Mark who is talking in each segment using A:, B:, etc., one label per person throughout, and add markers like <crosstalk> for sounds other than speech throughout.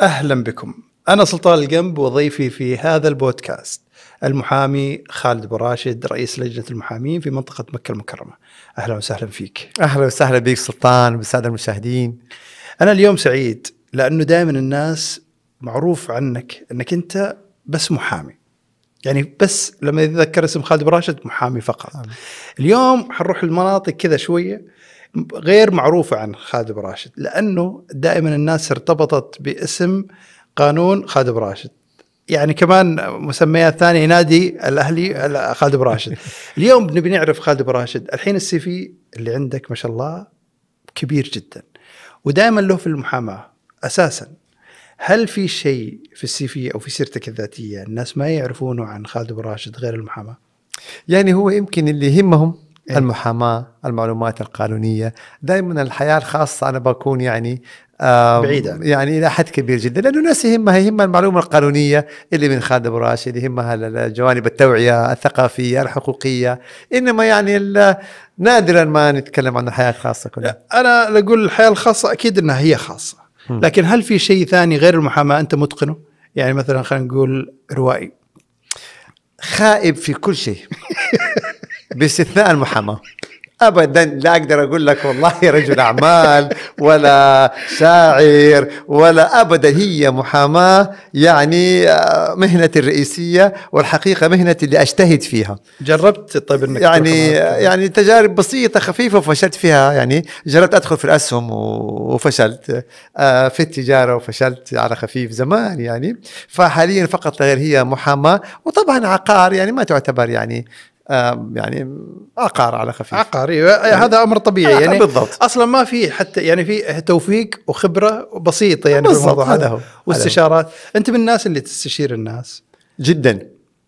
A: اهلا بكم. انا سلطان القنب وضيفي في هذا البودكاست المحامي خالد ابو راشد رئيس لجنه المحامين في منطقه مكه المكرمه. اهلا وسهلا فيك.
B: اهلا وسهلا بك سلطان بالساده المشاهدين.
A: انا اليوم سعيد لانه دائما الناس معروف عنك انك انت بس محامي. يعني بس لما يتذكر اسم خالد ابو راشد محامي فقط.
B: آمين.
A: اليوم حنروح لمناطق كذا شويه غير معروفه عن خالد ابو راشد لانه دائما الناس ارتبطت باسم قانون خالد ابو راشد. يعني كمان مسميات ثانيه ينادي الاهلي لا، خالد ابو راشد. اليوم نبي نعرف خالد ابو راشد، الحين السي في اللي عندك ما شاء الله كبير جدا. ودائما له في المحاماه اساسا هل في شيء في السي في او في سيرتك الذاتيه الناس ما يعرفونه عن خالد ابو راشد غير المحاماه؟
B: يعني هو يمكن اللي يهمهم
A: إيه.
B: المحاماه، المعلومات القانونيه، دائما الحياه الخاصه انا بكون يعني آم،
A: بعيدة.
B: يعني الى حد كبير جدا لانه الناس يهمها يهمها المعلومه القانونيه اللي من خالد ابو راشد يهمها ال- ال- جوانب التوعيه الثقافيه الحقوقيه انما يعني ال- نادرا ما نتكلم عن الحياه الخاصه كلها
A: انا اقول الحياه الخاصه اكيد انها هي خاصه
B: مم.
A: لكن هل في شيء ثاني غير المحاماه انت متقنه؟ يعني مثلا خلينا نقول روائي
B: خائب في كل شيء باستثناء المحاماه ابدا لا اقدر اقول لك والله رجل اعمال ولا شاعر ولا ابدا هي محاماه يعني آه، مهنتي الرئيسيه والحقيقه مهنتي اللي اجتهد فيها
A: جربت طيب انك
B: يعني
A: تروح معاك؟
B: يعني تجارب بسيطه خفيفه وفشلت فيها يعني جربت ادخل في الاسهم و- وفشلت آه، في التجاره وفشلت على خفيف زمان يعني فحاليا فقط لا غير هي محاماه وطبعا عقار يعني ما تعتبر يعني آه، يعني عقار على خفيف
A: عقار أيوة، هذا امر طبيعي
B: آه،
A: يعني
B: بالضبط
A: اصلا ما في حتى يعني في توفيق وخبره بسيطه يعني في
B: بالضبط
A: الموضوع
B: هذا
A: هذا
B: هو
A: واستشارات انت من الناس اللي تستشير الناس
B: جدا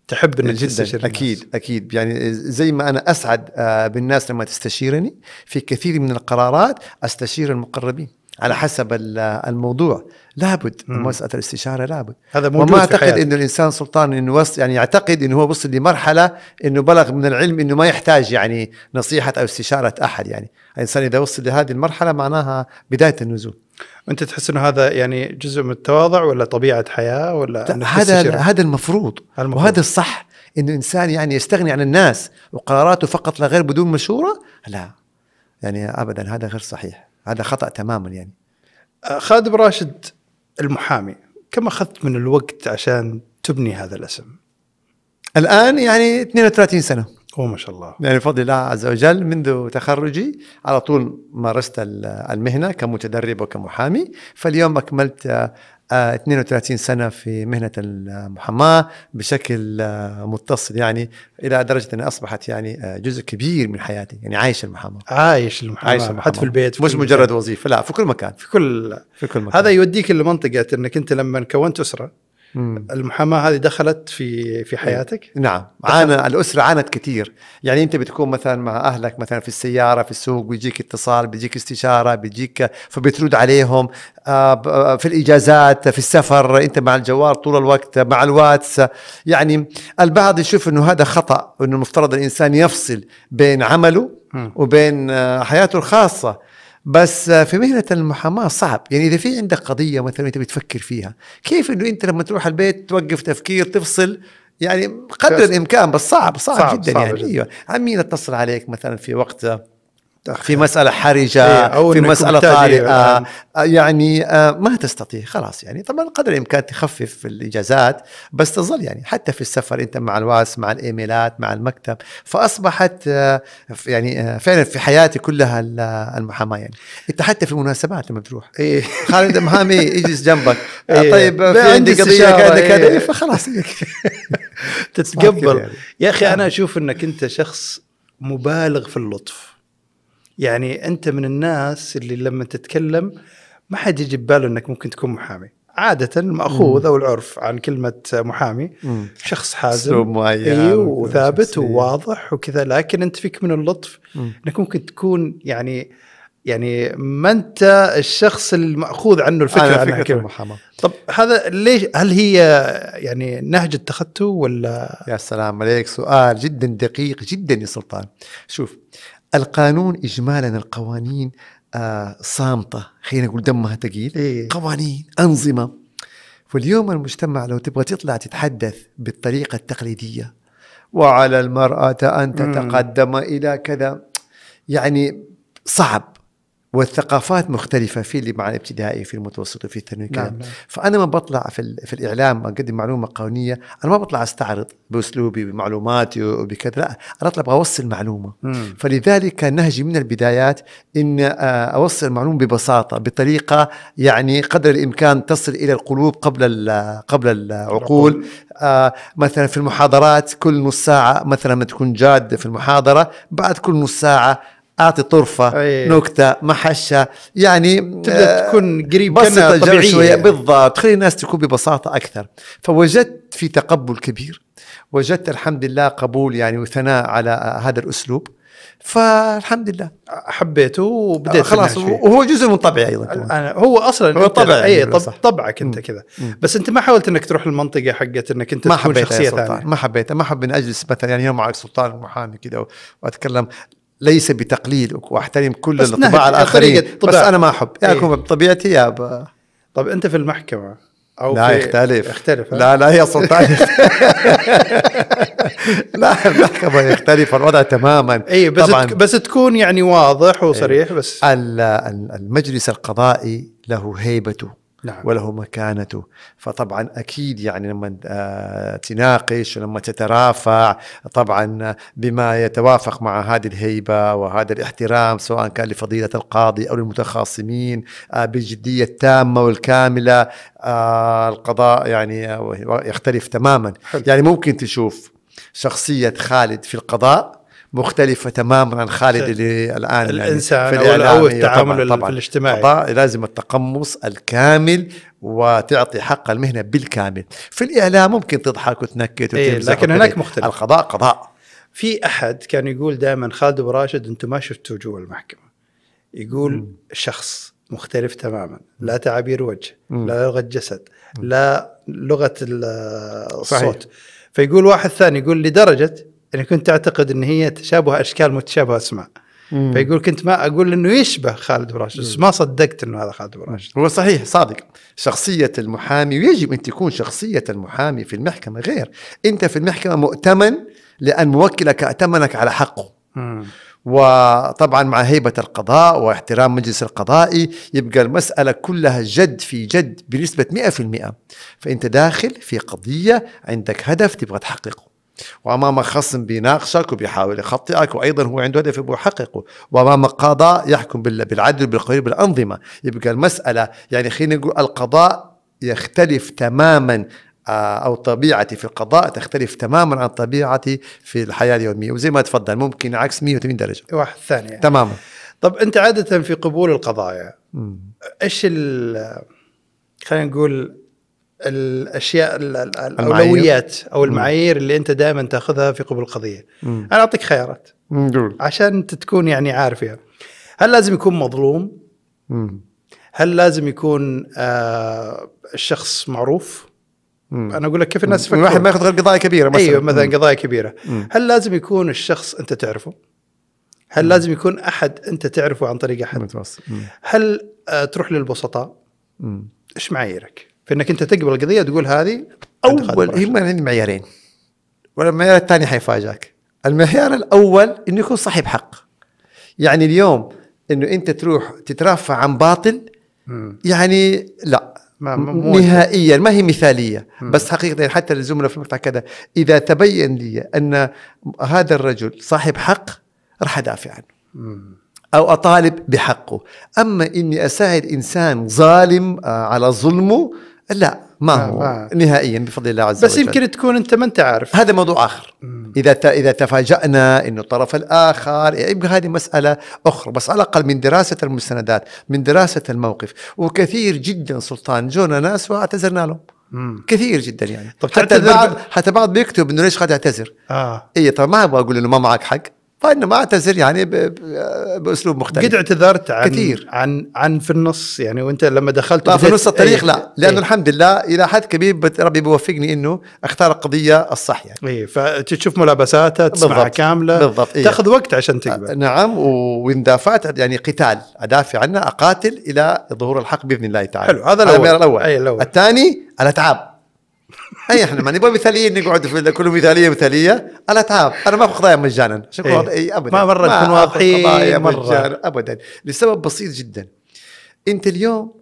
A: تحب انك تستشير
B: جدا
A: الناس.
B: اكيد اكيد يعني زي ما انا اسعد آه، بالناس لما تستشيرني في كثير من القرارات استشير المقربين على حسب ال- الموضوع لابد
A: مم.
B: مساله الاستشاره لابد
A: هذا موجود
B: وما
A: في
B: اعتقد
A: حياتك.
B: انه الانسان سلطان انه وصل يعني يعتقد انه هو وصل لمرحله انه بلغ من العلم انه ما يحتاج يعني نصيحه او استشاره احد يعني الانسان اذا وصل لهذه المرحله معناها بدايه النزول
A: انت تحس انه هذا يعني جزء من التواضع ولا طبيعه حياه ولا إنك
B: هذا
A: تستشير؟
B: هذا المفروض
A: المفروض.
B: وهذا الصح انه الانسان يعني يستغني عن الناس وقراراته فقط لا غير بدون مشوره لا يعني ابدا هذا غير صحيح هذا خطا تماما يعني
A: آه، خالد بن راشد المحامي كم اخذت من الوقت عشان تبني هذا الاسم؟
B: الان يعني 32 سنه
A: اوه ما شاء الله
B: يعني بفضل الله عز وجل منذ تخرجي على طول مارست ال- المهنه كمتدرب وكمحامي فاليوم اكملت آه، آه، 32 سنه في مهنه المحاماه بشكل آه، متصل يعني الى درجه انها اصبحت يعني آه، جزء كبير من حياتي يعني عايش المحاماه
A: عايش المحاماه
B: عايش المحاماة.
A: حتى في البيت في
B: مش
A: كل
B: مجرد
A: مكان.
B: وظيفه لا في كل مكان
A: في كل
B: في كل مكان
A: هذا يوديك لمنطقه انك انت لما كونت اسره
B: مم.
A: المحاماه هذه دخلت في في حياتك
B: نعم عانى الاسره عانت كثير يعني انت بتكون مثلا مع اهلك مثلا في السياره في السوق بيجيك اتصال بيجيك استشاره بيجيك فبترد عليهم آه، ب- آه، في الاجازات في السفر انت مع الجوال طول الوقت مع الواتس يعني البعض يشوف انه هذا خطا انه المفترض الانسان يفصل بين عمله
A: مم.
B: وبين آه، حياته الخاصة بس آه، في مهنة المحاماة صعب يعني إذا في عندك قضية مثلا أنت بتفكر فيها كيف أنه أنت لما تروح البيت توقف تفكير تفصل يعني قدر
A: بس-
B: الإمكان بس صعب صعب,
A: صعب-
B: صعب جدا
A: صعب
B: يعني
A: جدا.
B: أيوة عمين اتصل عليك مثلا في وقت آه، في مسألة حرجة
A: إيه، أو
B: في
A: إنك
B: مسألة
A: محتاج إيه
B: طارئة
A: الآن.
B: آه، يعني آه، ما تستطيع خلاص يعني طبعا قدر الإمكان تخفف في الإجازات بس تظل يعني حتى في السفر أنت مع الواس مع الإيميلات مع المكتب فأصبحت آه، ف- يعني آه، فعلا في حياتي كلها ال- المحاماة يعني أنت حتى في المناسبات لما تروح
A: ايه
B: خالد محامي يجلس جنبك
A: <laughs>
B: آه،
A: إيه.
B: طيب آه، في
A: عندي
B: عندي قضية
A: استشارة،
B: كذا كذا
A: إيه.
B: إيه، فخلاص إيه.
A: تتقبل
B: يعني.
A: يا اخي انا اشوف انك انت شخص مبالغ في اللطف يعني انت من الناس اللي لما تتكلم ما حد يجي بباله انك ممكن تكون محامي عاده الماخوذ او العرف عن كلمه محامي
B: مم.
A: شخص حازم
B: أسلوب معين
A: ايوه وثابت
B: شخصية.
A: وواضح وكذا لكن انت فيك من اللطف
B: مم.
A: انك ممكن تكون يعني يعني ما انت الشخص الماخوذ عنه الفكره
B: أنا
A: عنها
B: فكرة
A: كلمة.
B: المحاماة
A: طب هذا ليش هل هي يعني نهج اتخذته ولا
B: يا سلام عليك سؤال جدا دقيق جدا يا سلطان شوف القانون اجمالا القوانين آه صامته خلينا نقول دمها ثقيل
A: إيه؟
B: قوانين انظمه واليوم المجتمع لو تبغى تطلع تتحدث بالطريقة التقليدية وعلى المرأة أن
A: مم.
B: تتقدم إلى كذا يعني صعب والثقافات مختلفة في اللي مع الابتدائي في المتوسط وفي الثانوي كذا
A: نعم، نعم.
B: فأنا ما بطلع في, ال- في الإعلام أقدم معلومة قانونية أنا ما بطلع أستعرض بأسلوبي بمعلوماتي وبكذا لا أنا أطلع أبغى أوصل معلومة
A: مم.
B: فلذلك كان نهجي من البدايات ان آه، اوصل المعلومه ببساطه بطريقه يعني قدر الامكان تصل الى القلوب قبل ال- قبل العقول آه، مثلا في المحاضرات كل نص ساعه مثلا ما تكون جاد في المحاضره بعد كل نص ساعه اعطي طرفه
A: أي.
B: نكته محشه يعني
A: تبدا إيه. تكون قريب كأنها
B: بسط الجو
A: طبيعية
B: شويه
A: يعني.
B: بالضبط خلي الناس تكون ببساطه اكثر فوجدت في تقبل كبير وجدت الحمد لله قبول يعني وثناء على آه، هذا الاسلوب فالحمد لله
A: حبيته
B: بديت
A: وبديت
B: آه، خلاص
A: تناقش فيه.
B: وهو جزء من طبعي ايضا كمان.
A: انا هو اصلا
B: هو
A: أنت-
B: طبع
A: اي
B: يعني
A: طب
B: صح.
A: طبعك انت
B: مم.
A: كذا
B: مم.
A: بس انت ما حاولت انك تروح المنطقه حقت انك انت
B: ما
A: تكون
B: حبيت
A: شخصيه
B: يا سلطان
A: ثانيه
B: ما حبيت ما حب ان اجلس مثلا يعني يوم معك سلطان المحامي كذا و- واتكلم ليس بتقليل واحترم كل
A: بس نهج-
B: الطباع الاخرين
A: طريقة
B: بس
A: طباع.
B: انا ما احب يا
A: إيه.
B: اكون بطبيعتي يا ب...
A: طب انت في المحكمه او
B: لا
A: في...
B: يختلف
A: يختلف ها؟
B: لا لا يا سلطان لا المحكمة يختلف الوضع تماما
A: اي بس
B: طبعا
A: تك... بس تكون يعني واضح وصريح بس
B: ال- ال- المجلس القضائي له هيبته
A: نعم
B: وله مكانته فطبعا اكيد يعني لما آه، تناقش ولما تترافع طبعا بما يتوافق مع هذه الهيبه وهذا الاحترام سواء كان لفضيله القاضي او للمتخاصمين آه، بالجديه التامه والكامله آه، القضاء يعني آه، يختلف تماما
A: حلو.
B: يعني ممكن تشوف شخصيه خالد في القضاء مختلفة تماما عن خالد
A: س-
B: اللي الآن
A: الإنسان
B: يعني
A: أو-
B: في
A: أو
B: الإعلام. أيوة،
A: التعامل
B: طبعاً،
A: ال-
B: طبعاً.
A: في الاجتماعي.
B: القضاء لازم التقمص الكامل وتعطي حق المهنه بالكامل في الاعلام ممكن تضحك وتنكت
A: إيه،
B: وتمزح
A: لكن
B: وكذا.
A: هناك مختلف.
B: القضاء قضاء
A: في احد كان يقول دائما خالد ابو راشد انتم ما شفتوا جوا المحكمه يقول
B: مم.
A: شخص مختلف تماما لا تعابير وجه
B: مم.
A: لا لغه جسد لا لغه ال-
B: صحيح.
A: الصوت فيقول واحد ثاني يقول لدرجه اني كنت اعتقد ان هي تشابه اشكال متشابهه اسماء فيقول كنت ما اقول انه يشبه خالد ابو راشد بس ما صدقت انه هذا خالد ابو راشد
B: هو صحيح صادق شخصية المحامي ويجب أن تكون شخصية المحامي في المحكمة غير أنت في المحكمة مؤتمن لأن موكلك أتمنك على حقه
A: مم.
B: وطبعا مع هيبة القضاء واحترام مجلس القضائي يبقى المسألة كلها جد في جد بنسبة 100% فأنت داخل في قضية عندك هدف تبغى تحققه وأمام خصم بيناقشك وبيحاول يخطئك وأيضا هو عنده هدف يبغى يحققه وأمام قضاء يحكم بال- بالعدل بالقرير بالأنظمة يبقى المسألة يعني خلينا نقول القضاء يختلف تماما آه، او طبيعتي في القضاء تختلف تماما عن طبيعتي في الحياه اليوميه وزي ما تفضل ممكن عكس 180 درجه
A: واحد ثاني يعني.
B: تماما
A: طب انت عاده في قبول القضايا
B: مم.
A: ايش ال خلينا نقول الاشياء ال- ال-
B: المعايير.
A: الاولويات او
B: مم.
A: المعايير اللي انت دائما تاخذها في قبول القضيه
B: مم.
A: انا اعطيك خيارات
B: مم.
A: عشان انت تكون يعني عارفها هل لازم يكون مظلوم
B: مم.
A: هل لازم يكون آه الشخص معروف
B: مم.
A: انا اقول لك كيف الناس
B: واحد ما
A: يفكرون
B: ياخذ غير قضايا كبيره مثلا
A: ايوه مثلا
B: مم.
A: قضايا كبيره
B: مم.
A: هل لازم يكون الشخص انت تعرفه هل لازم يكون احد انت تعرفه عن طريق احد
B: متوسط. مم.
A: هل آه تروح للبسطاء
B: مم.
A: ايش معاييرك؟ في انك انت تقبل القضيه تقول هذه عند خالد
B: اول
A: براشد.
B: هي عندي معيارين والمعيار الثاني حيفاجئك المعيار الاول انه يكون صاحب حق يعني اليوم انه انت تروح تترافع عن باطل
A: مم.
B: يعني لا
A: ما- ما- مو-
B: نهائيا ما هي مثاليه
A: مم.
B: بس حقيقه حتى الزملاء في المقطع كذا اذا تبين لي ان هذا الرجل صاحب حق راح ادافع عنه
A: مم.
B: او اطالب بحقه اما اني اساعد انسان ظالم آه، على ظلمه لا ما
A: ما-
B: هو
A: ما-
B: نهائيا بفضل الله عز
A: بس
B: وجل
A: يمكن تكون انت ما انت عارف
B: هذا موضوع اخر
A: مم.
B: اذا ت... اذا تفاجانا انه الطرف الاخر يبقى هذه مساله اخرى بس على الاقل من دراسه المستندات من دراسه الموقف وكثير جدا سلطان جونا ناس واعتذرنا لهم
A: مم.
B: كثير جدا يعني
A: طب
B: حتى
A: تعتذر
B: البعض
A: ب-
B: حتى بعض بيكتب انه ليش قاعد يعتذر
A: اه
B: اي طبعا ما ابغى اقول انه ما معك حق فانما اعتذر يعني ب... ب... باسلوب مختلف
A: قد اعتذرت عن
B: طيب. كثير.
A: عن عن في النص يعني وانت لما دخلت
B: لا في
A: بديت-
B: نص الطريق
A: إيه،
B: لا لانه
A: إيه.
B: الحمد لله الى حد كبير بت- ربي بيوفقني انه اختار القضيه الصح يعني
A: ايه فتشوف ملابساتها تسمعها
B: بالضبط.
A: كامله
B: بالضبط، إيه.
A: تاخذ وقت عشان تقبل
B: نعم و- وان دافعت يعني قتال ادافع عنه اقاتل الى ظهور الحق باذن الله تعالى
A: حلو، هذا الأول.
B: المعيار الاول
A: أي، الأول.
B: الثاني الاتعاب اي احنا ما نبغى مثاليين نقعد في كله مثاليه مثاليه الاتعاب انا ما باخذ قضايا مجانا عشان
A: إيه.
B: أكون واضح- ابدا
A: ما مرة نكون
B: آخذ
A: واضحين
B: قضايا
A: مرة.
B: مجانا ابدا لسبب بسيط جدا انت اليوم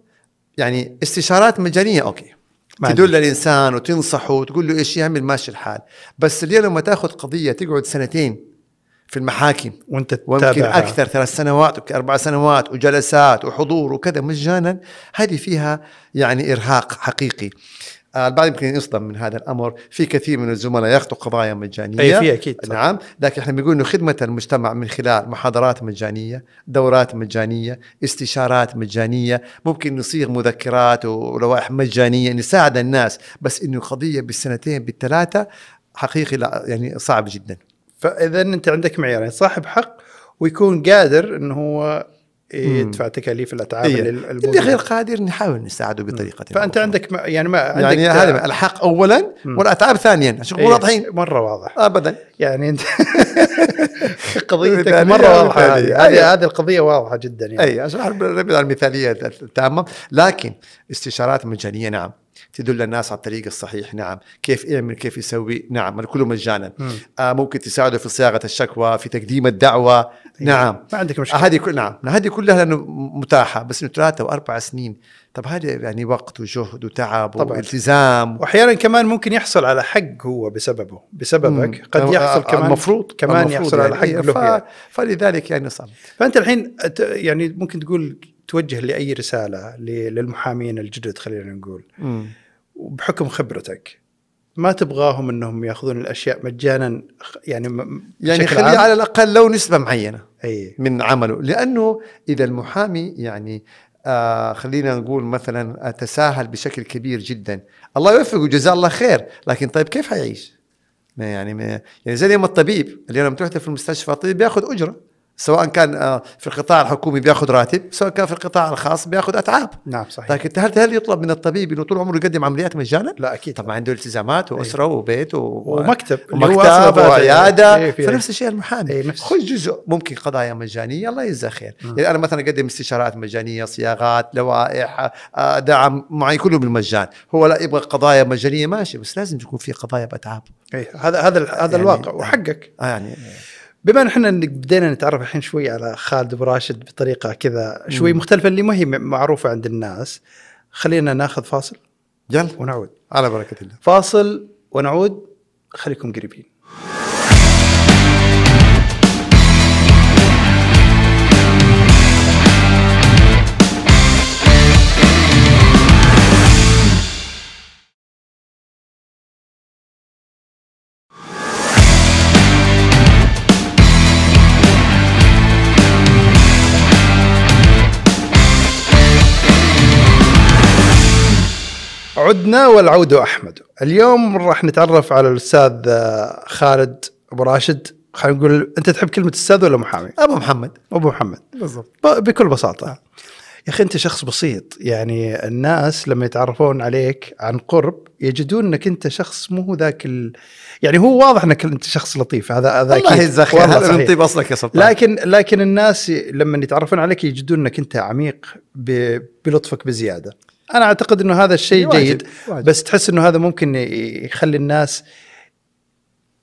B: يعني استشارات مجانيه اوكي
A: ما عندي.
B: تدل الانسان وتنصحه وتقول له ايش يعمل ماشي الحال بس اليوم لما تاخذ قضيه تقعد سنتين في المحاكم
A: وانت
B: ويمكن
A: تتابع
B: اكثر ثلاث سنوات وك- اربع سنوات وجلسات وحضور وكذا مجانا هذه فيها يعني ارهاق حقيقي آه، البعض يمكن يصدم من هذا الامر في كثير من الزملاء ياخذوا قضايا مجانيه
A: اي في اكيد صح.
B: نعم لكن احنا بنقول انه خدمه المجتمع من خلال محاضرات مجانيه دورات مجانيه استشارات مجانيه ممكن نصيغ مذكرات ولوائح مجانيه نساعد الناس بس انه قضيه بالسنتين بالثلاثه حقيقي لا يعني صعب جدا
A: فاذا انت عندك معيارين صاحب حق ويكون قادر انه هو إيه، يدفع تكاليف الاتعاب
B: إيه.
A: اللي
B: اللي غير
A: الموجودة.
B: قادر نحاول نساعده بطريقه
A: فانت عندك ما- يعني ما عندك
B: يعني هذا الحق اولا
A: مم.
B: والاتعاب ثانيا عشان نكون
A: إيه،
B: واضحين
A: مره واضح
B: ابدا
A: يعني
B: <laughs>
A: انت قضيتك
B: مثالية
A: مره واضحه
B: مثالية.
A: هذه
B: أيوة.
A: هذه هذه القضيه واضحه جدا يعني
B: اي إيه. عشان نحن نبعد عن المثاليه التامه لكن استشارات مجانيه نعم تدل الناس على الطريق الصحيح نعم كيف يعمل كيف يسوي نعم كله مجانا
A: مم.
B: آه ممكن تساعده في صياغه الشكوى في تقديم الدعوه
A: إيه.
B: نعم
A: ما عندك مشكله
B: هذه كل نعم هذه كلها لانه متاحه بس انه ثلاثه واربع سنين طب هذا يعني وقت وجهد وتعب
A: طبعاً.
B: والتزام
A: واحيانا كمان ممكن يحصل على حق هو بسببه بسببك قد
B: مم.
A: يحصل
B: آه،
A: كمان
B: المفروض
A: كمان
B: المفروض
A: يحصل على حق
B: إيه،
A: له يعني.
B: ف... فلذلك يعني صعب
A: فانت الحين أت- يعني ممكن تقول توجه لاي رساله ل- للمحامين الجدد خلينا نقول وبحكم خبرتك ما تبغاهم انهم ياخذون الاشياء مجانا خ- يعني م-
B: يعني
A: بشكل
B: خليه
A: عام؟ إيه.
B: على الاقل لو نسبه معينه
A: اي
B: من عمله لانه اذا المحامي يعني آه خلينا نقول مثلا تساهل بشكل كبير جدا الله يوفقه جزاه الله خير لكن طيب كيف حيعيش ما يعني ما يعني زي اليوم الطبيب اليوم لما تروح في المستشفى الطبيب بياخذ اجره سواء كان آه في القطاع الحكومي بياخذ راتب سواء كان في القطاع الخاص بياخذ اتعاب
A: نعم صحيح
B: لكن هل هل يطلب من الطبيب انه طول عمره يقدم عمليات مجانا؟
A: لا اكيد
B: طبعا عنده
A: إيه.
B: التزامات واسره وبيت و...
A: ومكتب اللي هو
B: ومكتب
A: أصلاً
B: وعياده
A: إيه، في-
B: فنفس الشيء المحامي
A: إيه، نفس-
B: خذ جزء ممكن قضايا مجانيه الله يجزاه خير
A: مم.
B: يعني انا مثلا اقدم استشارات مجانيه صياغات لوائح آه، دعم معين كله بالمجان هو لا يبغى قضايا مجانيه ماشي بس لازم تكون في قضايا بتعب
A: إيه، هذا هذا ال- هذا
B: يعني-
A: الواقع وحقك
B: آه يعني
A: بما ان احنا إن بدينا نتعرف الحين شوي على خالد براشد بطريقه كذا شوي
B: مم.
A: مختلفه اللي ما هي م- معروفه عند الناس خلينا ناخذ فاصل
B: يلا
A: ونعود
B: على بركه الله
A: فاصل ونعود خليكم قريبين عدنا والعود احمد اليوم راح نتعرف على الاستاذ آه، خالد ابو راشد خلينا نقول انت تحب كلمه استاذ ولا محامي
B: ابو محمد
A: ابو محمد
B: بالضبط
A: ب- بكل بساطه يا اخي انت شخص بسيط يعني الناس لما يتعرفون عليك عن قرب يجدون انك انت شخص مو هو ذاك ال... يعني هو واضح انك انت شخص لطيف هذا هذا
B: الله
A: أكيد.
B: يجزاه خير
A: والله
B: هذا من
A: صحيح.
B: طيب اصلك يا سلطان
A: لكن لكن الناس ي- لما يتعرفون عليك يجدون انك انت عميق ب... بلطفك بزياده انا اعتقد انه هذا الشيء
B: واجب،
A: جيد
B: واجب.
A: بس تحس انه هذا ممكن ي- يخلي الناس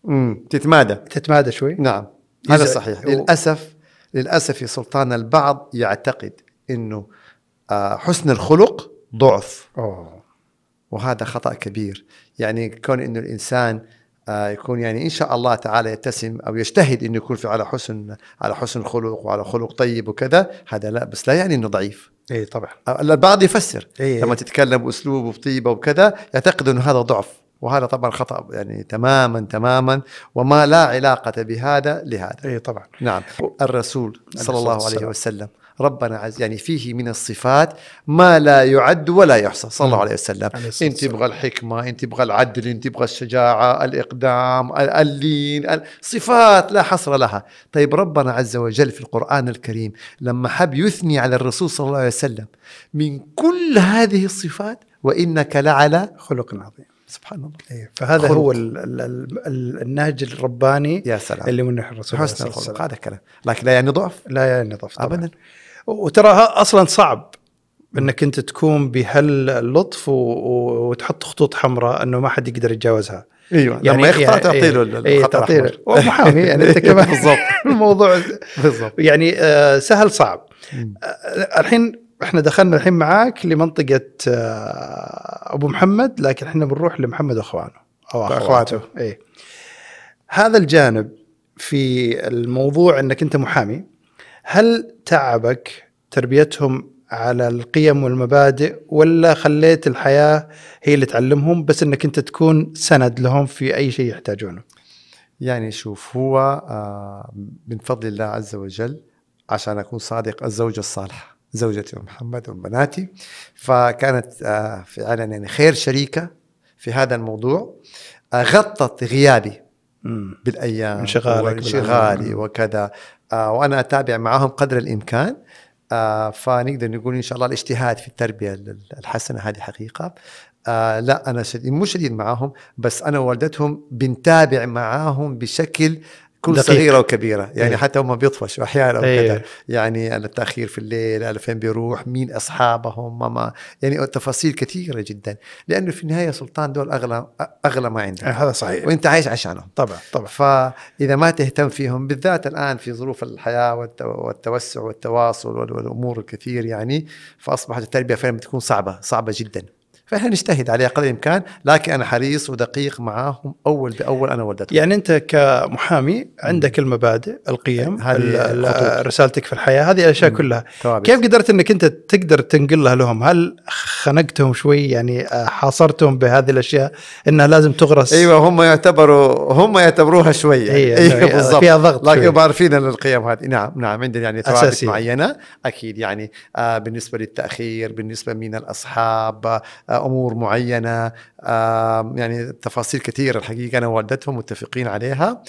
B: مم، تتمادى
A: تتمادى شوي
B: نعم هذا
A: يزعج.
B: صحيح
A: و-
B: للاسف للاسف يا سلطان البعض يعتقد انه آه، حسن الخلق ضعف
A: أوه.
B: وهذا خطا كبير يعني كون انه الانسان آه، يكون يعني ان شاء الله تعالى يتسم او يجتهد انه يكون في على حسن على حسن خلق وعلى خلق طيب وكذا هذا لا بس لا يعني انه ضعيف
A: اي طبعا
B: آه، البعض يفسر
A: إيه.
B: لما تتكلم باسلوب وبطيبه وكذا يعتقد انه هذا ضعف وهذا طبعا خطا يعني تماما تماما وما لا علاقه بهذا لهذا
A: اي طبعا
B: نعم الرسول صلى
A: الصلاة
B: الله عليه
A: والسلام.
B: وسلم ربنا عز يعني فيه من الصفات ما لا يعد ولا يحصى صلى الله
A: نعم.
B: عليه وسلم
A: عليه الصلاة
B: انت تبغى الحكمه انت تبغى العدل انت تبغى الشجاعه الاقدام ال- اللين ال- صفات لا حصر لها طيب ربنا عز وجل في القران الكريم لما حب يثني على الرسول صلى الله عليه وسلم من كل هذه الصفات وانك لعلى
A: خلق عظيم
B: سبحان الله
A: إيه، فهذا
B: خلق.
A: هو ال ال ال ال النهج الرباني
B: يا سلام
A: اللي منه الرسول
B: حسن
A: عليه الصلاة
B: الخلق
A: والسلام.
B: هذا كلام لكن لا يعني ضعف
A: لا يعني نظف
B: ابدا
A: وتراها اصلا صعب انك انت تكون بهاللطف و... و... وتحط خطوط حمراء انه ما حد يقدر
B: <laughs>
A: يتجاوزها
B: ايوه
A: يعني-
B: لما يخطا
A: يعني-
B: تعطي له
A: إيه
B: الخطا
A: تعطيه
B: الأحمر.
A: له. ومحامي يعني
B: <laughs>
A: انت كمان
B: إيه، بالضبط
A: الموضوع
B: بالضبط
A: <laughs> يعني آه، سهل صعب
B: مم.
A: آه، الحين احنا دخلنا الحين معاك لمنطقه آه، ابو محمد لكن احنا بنروح لمحمد واخوانه او
B: وأخواته.
A: اخواته اي إيه. هذا الجانب في الموضوع انك انت محامي هل تعبك تربيتهم على القيم والمبادئ ولا خليت الحياه هي اللي تعلمهم بس انك انت تكون سند لهم في اي شيء يحتاجونه
B: يعني شوف هو آه، من فضل الله عز وجل عشان اكون صادق الزوجه الصالحه زوجتي ام محمد ام بناتي فكانت آه، فعلا يعني خير شريكه في هذا الموضوع آه، غطت غيابي
A: مم.
B: بالايام
A: انشغالك
B: وانشغالي
A: بالعمل.
B: وكذا آه، وانا اتابع معهم قدر الامكان آه، فنقدر نقول ان شاء الله الاجتهاد في التربيه ال- الحسنه هذه حقيقه آه، لا انا شديد مو شديد معاهم بس انا ووالدتهم بنتابع معاهم بشكل كل
A: دقيق.
B: صغيره وكبيره يعني
A: إيه.
B: حتى هم بيطفشوا احيانا وكذا
A: إيه.
B: يعني التاخير في الليل أنا فين بيروح مين اصحابهم ماما يعني تفاصيل كثيره جدا لانه في النهايه سلطان دول اغلى اغلى ما عندك
A: هذا صحيح
B: وانت عايش عشانهم
A: طبعا طبعا
B: فاذا ما تهتم فيهم بالذات الان في ظروف الحياه والت- والتوسع والتواصل وال- والامور الكثير يعني فاصبحت التربيه فعلا بتكون صعبه صعبه جدا فاحنا نجتهد عليها قدر الامكان لكن انا حريص ودقيق معاهم اول باول انا والدتهم
A: يعني انت كمحامي عندك المبادئ القيم
B: هذه
A: ال- ال-
B: الخطوط.
A: رسالتك في الحياه هذه الاشياء
B: مم.
A: كلها
B: ثوابت.
A: كيف قدرت انك انت تقدر تنقلها لهم هل خنقتهم شوي يعني آه، حاصرتهم بهذه الاشياء انها لازم تغرس
B: ايوه هم يعتبروا هم يعتبروها شويه
A: إيه،
B: ايوه
A: إنه
B: بالضبط
A: فيها ضغط شوي.
B: لكن عارفين إن القيم هذه نعم نعم عندنا يعني ثوابت
A: طيب. أساسية.
B: معينه اكيد يعني آه بالنسبه للتاخير بالنسبه من الاصحاب آه امور معينه آه يعني تفاصيل كثيره الحقيقه انا ووالدتهم متفقين عليها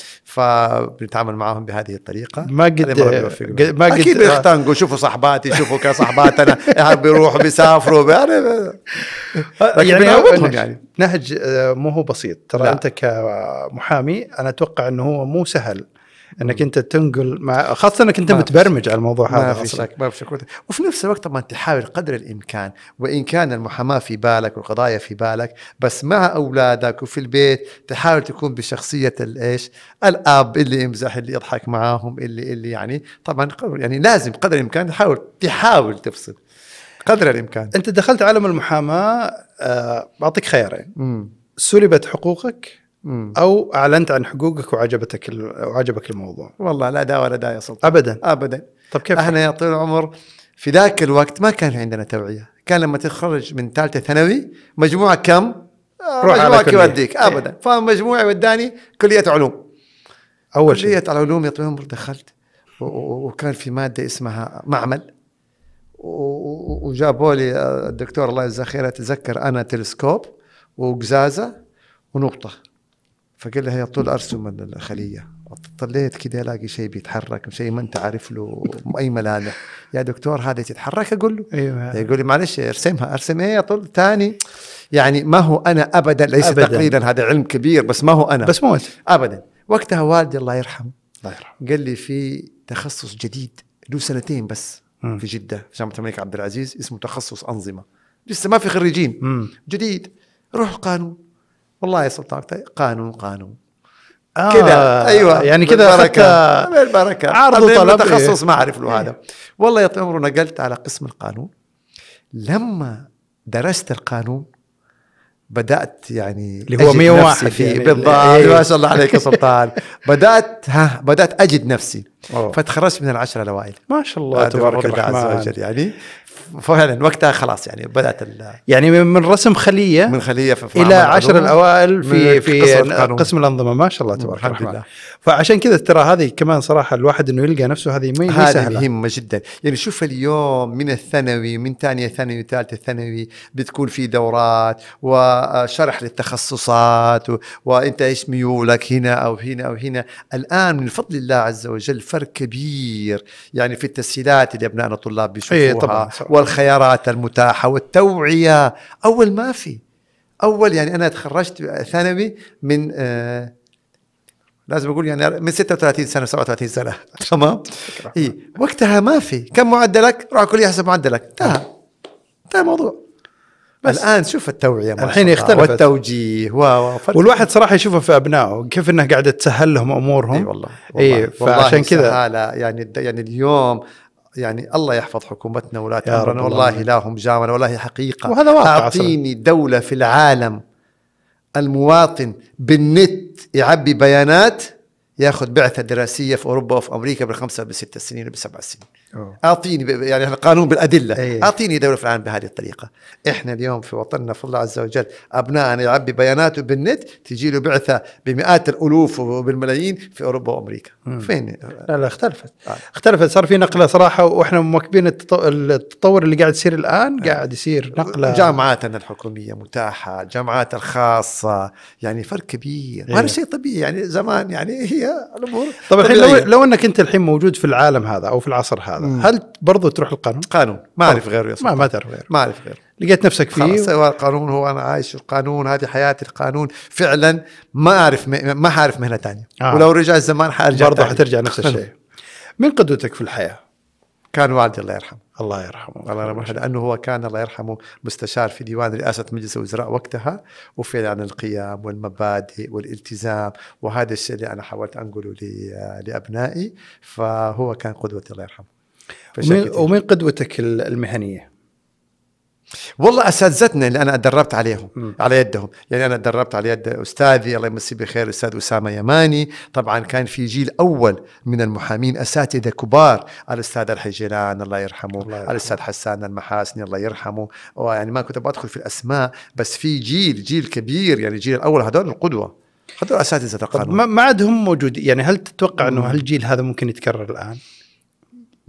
B: فبنتعامل معهم بهذه الطريقه
A: ما قد
B: هذه مرة بيوفقنا.
A: قد- آه. ما
B: اكيد
A: قد
B: بيختنقوا شوفوا صحباتي شوفوا
A: <laughs>
B: كصحباتنا يعني بيروحوا بيسافروا يعني
A: آه،
B: لكن بنعوضهم يعني
A: نهج آه، مو هو بسيط ترى
B: لا.
A: انت كمحامي انا اتوقع انه هو مو سهل انك انت تنقل مع خاصه انك انت
B: ما في
A: متبرمج على الموضوع
B: ما
A: هذا
B: في
A: أصلاً.
B: شك ما في شك وفي نفس الوقت طبعا تحاول قدر الامكان وان كان المحاماه في بالك والقضايا في بالك بس مع اولادك وفي البيت تحاول تكون بشخصيه الايش الاب اللي يمزح اللي يضحك معاهم اللي اللي يعني طبعا قدر- يعني لازم قدر الامكان تحاول تحاول تفصل قدر الامكان
A: انت دخلت عالم المحاماه آه، بعطيك خيارين
B: امم
A: سلبت حقوقك
B: امم
A: او اعلنت عن حقوقك وعجبتك ال- وعجبك الموضوع أه،
B: والله لا دا ولا دا يا سلطان
A: ابدا
B: ابدا
A: طب كيف
B: احنا يا طويل العمر في ذاك الوقت ما كان في عندنا توعيه، كان لما تخرج من ثالثه ثانوي مجموعه كم؟ آه،
A: روح على
B: مجموعك
A: كلية. إيه.
B: يوديك ابدا، فمجموعي وداني كليه علوم،
A: اول شيء
B: كليه العلوم يا طويل العمر دخلت و- و- وكان في ماده اسمها معمل و- و- وجابوا لي آه، الدكتور الله يجزاه خير اتذكر انا تلسكوب وقزازه ونقطه فقال لها يا طول ارسم ال- الخليه طليت كده الاقي شيء بيتحرك شيء ما انت عارف له اي ملامح يا دكتور هذه تتحرك اقول له
A: ايوه
B: يقول لي معلش ارسمها ارسم ايه يا طول ثاني يعني ما هو انا ابدا ليس
A: أبداً.
B: أبداً. تقليدا هذا علم كبير بس ما هو انا بس
A: بس مو انت
B: ابدا وقتها والدي الله يرحمه
A: الله يرحمه
B: قال لي في تخصص جديد له سنتين بس
A: مم.
B: في جده في جامعه الملك عبد العزيز اسمه تخصص انظمه لسه ما في خريجين
A: مم.
B: جديد روح قانون والله يا سلطان قانون قانون
A: آه
B: كذا ايوه
A: يعني كذا
B: بالبركه
A: اخذت
B: بالبركه
A: عرض
B: عرض
A: وطلب،
B: طلب
A: إيه.
B: تخصص ما اعرف له هذا والله يا طويل عمره نقلت على قسم القانون لما درست القانون بدات يعني
A: اللي هو
B: أجد
A: 101
B: نفسي فيه
A: يعني.
B: بالضبط
A: إيه.
B: ما شاء الله عليك يا
A: <laughs>
B: سلطان بدات ها بدات اجد نفسي
A: أوه.
B: فتخرجت من العشره الاوائل
A: ما شاء الله تبارك
B: بفضل عز
A: الرحمن
B: وجل يعني فعلا وقتها خلاص يعني بدات ال-
A: يعني من من رسم خليه
B: من خليه في- في
A: الى
B: عمل
A: عشر
B: علوم.
A: الاوائل في
B: من
A: في
B: قسم القانون.
A: قسم الانظمه ما شاء الله تبارك
B: الحمد
A: الرحمن
B: لله.
A: فعشان كذا ترى هذه كمان صراحه الواحد انه يلقى نفسه هذه ما هي
B: هذه
A: سهله
B: مهمة جدا يعني شوف اليوم من الثانوي من ثانية ثانوي ثالثة ثانوي بتكون في دورات وشرح للتخصصات و... وانت ايش ميولك هنا او هنا او هنا الان من فضل الله عز وجل فرق كبير يعني في التسهيلات اللي ابنائنا الطلاب بيشوفوها
A: إيه طبعاً، صح.
B: والخيارات المتاحة والتوعية اول ما في اول يعني انا تخرجت ثانوي من آه لازم اقول يعني من 36 سنه 37 <laughs> سنه إيه، تمام اي وقتها ما في كم معدلك روح كليه حسب معدلك انتهى انتهى الموضوع
A: آه. بس.
B: بس الان شوف التوعيه ما
A: الحين
B: شاء الله،
A: اختلفت.
B: والتوجيه و و- فرق.
A: والواحد صراحه يشوفها في ابنائه كيف انها قاعده تسهل لهم امورهم
B: اي والله
A: إيه، فعشان كذا-
B: سهالة. يعني الد- يعني اليوم يعني الله يحفظ حكومتنا ولاة
A: يا رب
B: امرنا
A: الله.
B: والله لا هم جاونا والله حقيقه
A: وهذا واقع
B: اعطيني دوله في العالم المواطن بالنت يعبي بيانات ياخذ بعثه دراسيه في اوروبا وفي امريكا بالخمسه بالست سنين وبسبع سنين
A: أوه.
B: اعطيني ب- يعني احنا قانون بالادله
A: أي.
B: اعطيني دوله في العالم بهذه الطريقه احنا اليوم في وطننا في الله عز وجل ابنائنا يعبي بياناته بالنت تجي له بعثه بمئات الالوف وبالملايين في اوروبا وامريكا
A: مم.
B: فين
A: لا لا اختلفت
B: آه.
A: اختلفت صار في نقله صراحه واحنا مواكبين التط- التطور اللي قاعد يصير الان قاعد يصير نقله
B: جامعاتنا الحكوميه متاحه الجامعات الخاصه يعني فرق كبير
A: أي.
B: وهذا شيء طبيعي يعني زمان يعني هي الامور
A: طب الحين لو,
B: طبيعية.
A: لو انك انت الحين موجود في العالم هذا او في العصر هذا
B: مم.
A: هل برضو تروح القانون؟
B: قانون ما اعرف غيره يا
A: ما
B: سلطان.
A: ما تعرف غيره
B: ما اعرف غيره
A: لقيت نفسك
B: خلاص
A: فيه
B: هو القانون هو انا عايش القانون هذه حياتي القانون فعلا ما اعرف ما حاعرف مهنه ثانيه
A: آه.
B: آه. ولو رجع الزمان حارجع
A: برضه
B: تاني.
A: حترجع نفس الشيء من قدوتك في الحياه؟
B: <laughs> كان والدي الله يرحمه
A: الله يرحمه
B: الله يرحمه لانه هو كان الله يرحمه مستشار في ديوان رئاسه مجلس الوزراء وقتها وفعل عن القيم والمبادئ والالتزام وهذا الشيء اللي انا حاولت انقله ل- لابنائي فهو كان قدوتي الله يرحمه في أشياء
A: ومن,
B: كتير.
A: ومن قدوتك ال- المهنيه؟
B: والله اساتذتنا اللي انا اتدربت عليهم
A: مم.
B: م. على يدهم يعني انا اتدربت على يد استاذي الله يمسيه بالخير الاستاذ اسامه يماني طبعا كان في جيل اول من المحامين اساتذه كبار الاستاذ الحجلان الله يرحمه,
A: الله
B: الله
A: يرحمه.
B: يرحمه. الاستاذ حسان المحاسني الله يرحمه ويعني ما كنت ابغى ادخل في الاسماء بس في جيل جيل كبير يعني جيل الاول هذول القدوه هذول اساتذه
A: طب
B: القانون
A: ما ما عاد هم موجودين يعني هل تتوقع انه هالجيل هذا ممكن يتكرر الان؟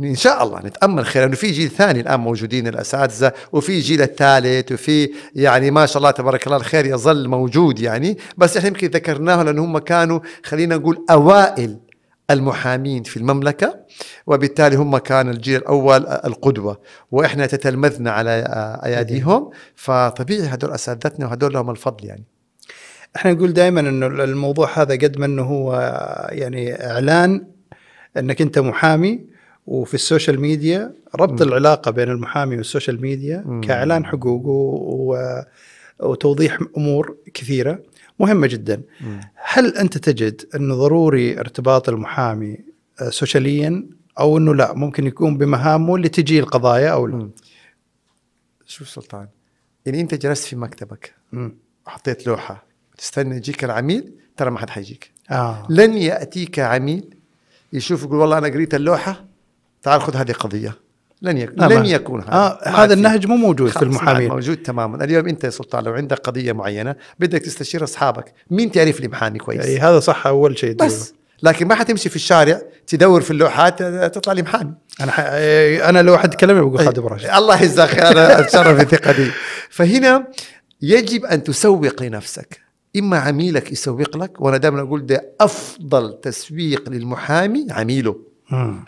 B: ان شاء الله نتامل خير لانه في جيل ثاني الان موجودين الاساتذه وفي جيل الثالث وفي يعني ما شاء الله تبارك الله الخير يظل موجود يعني بس احنا يمكن ذكرناه لان هم كانوا خلينا نقول اوائل المحامين في المملكه وبالتالي هم كان الجيل الاول القدوه واحنا تتلمذنا على اياديهم فطبيعي هذول اساتذتنا وهذول لهم الفضل يعني
A: احنا نقول دائما انه الموضوع هذا قد ما انه هو يعني اعلان انك انت محامي وفي السوشيال ميديا ربط
B: مم.
A: العلاقه بين المحامي والسوشيال ميديا
B: مم.
A: كاعلان حقوقه و- وتوضيح امور كثيره مهمه جدا. هل انت تجد انه ضروري ارتباط المحامي آه، سوشياليا او انه لا ممكن يكون بمهامه اللي تجي القضايا او لا؟
B: شوف سلطان يعني انت جلست في مكتبك
A: مم.
B: وحطيت لوحه تستنى يجيك العميل ترى ما حد حيجيك
A: اه
B: لن ياتيك عميل يشوف يقول والله انا قريت اللوحه تعال خذ هذه قضيه لن يكون
A: لا، ما-
B: لن يكون هذا
A: آه
B: ما عاد
A: هذا
B: في.
A: النهج مو موجود
B: خلاص،
A: في
B: ما عاد
A: المحامين
B: موجود تماما اليوم انت يا سلطان لو عندك قضيه معينه بدك تستشير اصحابك مين تعرف لي محامي كويس
A: يعني هذا صح اول شيء
B: بس لكن ما حتمشي في الشارع تدور في اللوحات آه، تطلع لي محامي طيب.
A: انا ح... انا لو احد كلمني
B: إيه.
A: بقول خالد براشد
B: الله يجزاك خير
A: <laughs>
B: انا اتشرف بالثقه دي فهنا يجب ان تسوق لنفسك اما عميلك يسوق لك وانا دائما اقول ده افضل تسويق للمحامي عميله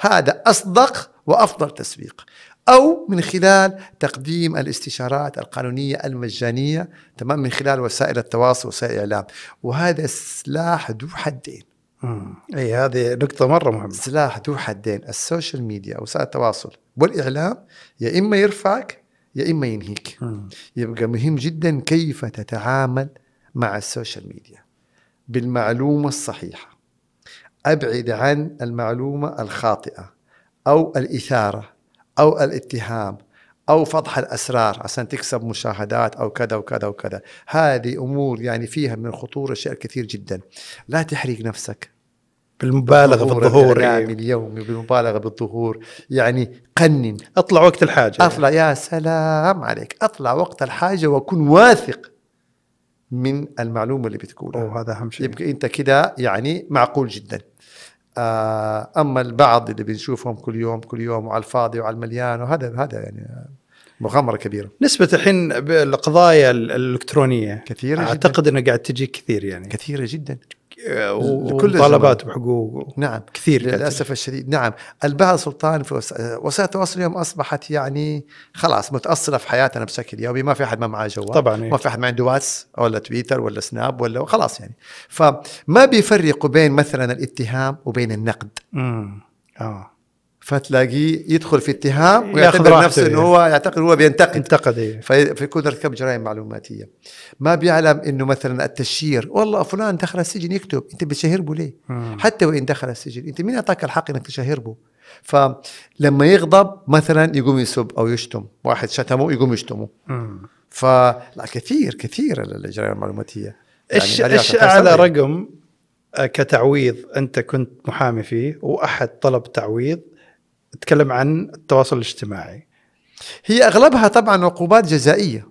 B: هذا اصدق وافضل تسويق او من خلال تقديم الاستشارات القانونيه المجانيه تمام من خلال وسائل التواصل وسائل الاعلام وهذا سلاح ذو حدين
A: اي إيه، هذه نقطة مرة مهمة
B: سلاح ذو حدين السوشيال ميديا وسائل التواصل والاعلام يا اما يرفعك يا اما ينهيك يبقى مهم جدا كيف تتعامل مع السوشيال ميديا بالمعلومة الصحيحة أبعد عن المعلومة الخاطئة أو الإثارة أو الاتهام أو فضح الأسرار عشان تكسب مشاهدات أو كذا وكذا وكذا هذه أمور يعني فيها من الخطورة شيء كثير جدا لا تحرق نفسك
A: بالمبالغة في
B: بالظهور
A: الظهور
B: الإعلامي
A: إيه.
B: اليومي بالمبالغة بالظهور يعني قنن
A: اطلع وقت الحاجة
B: اطلع يا سلام عليك اطلع وقت الحاجه وكن واثق من المعلومه اللي بتقولها
A: أوه، هذا اهم شيء
B: يبقى انت كده يعني معقول جدا آه، اما البعض اللي بنشوفهم كل يوم كل يوم وعلى الفاضي وعلى المليان وهذا هذا يعني مغامره كبيره
A: نسبة الحين بالقضايا ال- الالكترونية
B: كثيرة جداً.
A: اعتقد انها قاعد تجيك كثير يعني
B: كثيره جدا لكل
A: وكل طلبات بحقوق
B: نعم
A: كثير قاعد
B: للاسف الشديد نعم البعض سلطان في وس- وسائل التواصل اليوم اصبحت يعني خلاص متاصله في حياتنا بشكل يومي ما في احد ما معاه جوال
A: طبعاً، إيه.
B: ما في احد ما عنده واتس ولا تويتر ولا سناب ولا خلاص يعني فما بيفرقوا بين مثلا الاتهام وبين النقد
A: مم. اه
B: فتلاقيه يدخل في اتهام
A: ياخذ
B: ويعتبر
A: راحته
B: نفسه انه
A: يعني.
B: هو يعتقد هو بينتقد
A: انتقد إيه.
B: في- فيكون ارتكب جرائم معلوماتيه ما بيعلم انه مثلا التشهير والله فلان دخل السجن يكتب انت بتشهربه ليه
A: مم.
B: حتى وان دخل السجن انت مين اعطاك الحق انك تشهربه فلما يغضب مثلا يقوم يسب او يشتم واحد شتمه يقوم يشتمه
A: مم.
B: فلا كثير كثير الجرائم المعلوماتيه
A: ايش
B: يعني هذه
A: ايش
B: أعتقد
A: اعلى
B: تسبب.
A: رقم آه، كتعويض انت كنت محامي فيه واحد طلب تعويض تكلم عن التواصل الاجتماعي
B: هي اغلبها طبعا عقوبات جزائيه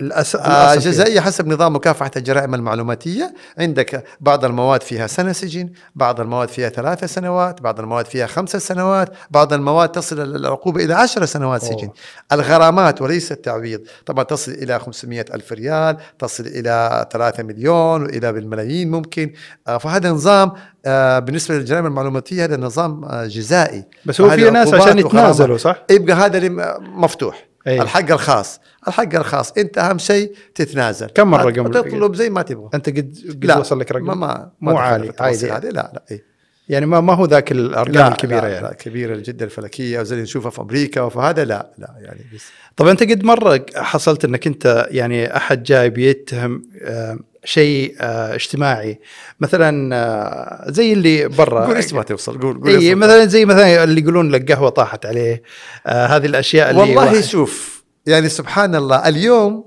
A: الأس...
B: آه،
A: الأسف يعني.
B: جزائية حسب نظام مكافحة الجرائم المعلوماتية عندك بعض المواد فيها سنة سجن بعض المواد فيها ثلاثة سنوات بعض المواد فيها خمسة سنوات بعض المواد تصل العقوبة إلى عشر سنوات
A: أوه.
B: سجن الغرامات وليس التعويض طبعا تصل إلى 500 ألف ريال تصل إلى 3 مليون وإلى بالملايين ممكن آه، فهذا نظام آه، بالنسبة للجرائم المعلوماتية هذا نظام آه، جزائي
A: بس هو
B: هذه
A: في ناس
B: عقوبات
A: عشان
B: وغرامات.
A: يتنازلوا صح؟
B: يبقى هذا اللي م- مفتوح
A: أي.
B: أيه. الحق الخاص الحق الخاص انت اهم شيء تتنازل
A: كم مرة قبل-
B: تطلب زي ما تبغى
A: انت قد قد وصل لك
B: ما
A: رقم
B: ما
A: مو
B: ما دخلنا
A: عالي،
B: في التفاصيل
A: عادي.
B: هذه، لا لا إيه.
A: يعني ما ما هو ذاك الارقام
B: لا
A: الكبيره
B: لا
A: يعني
B: لا كبيره جدا الفلكيه وزي اللي نشوفها في امريكا فهذا لا لا يعني بس
A: طب انت قد مره حصلت انك انت يعني احد جاي بيتهم آه، شيء آه، اجتماعي مثلا آه، زي اللي برا
B: قول اسمها توصل قول قول
A: اي
B: اسمها.
A: مثلا زي مثلا اللي يقولون لك قهوه طاحت عليه آه هذه الاشياء اللي
B: والله
A: واحد-
B: شوف يعني سبحان الله اليوم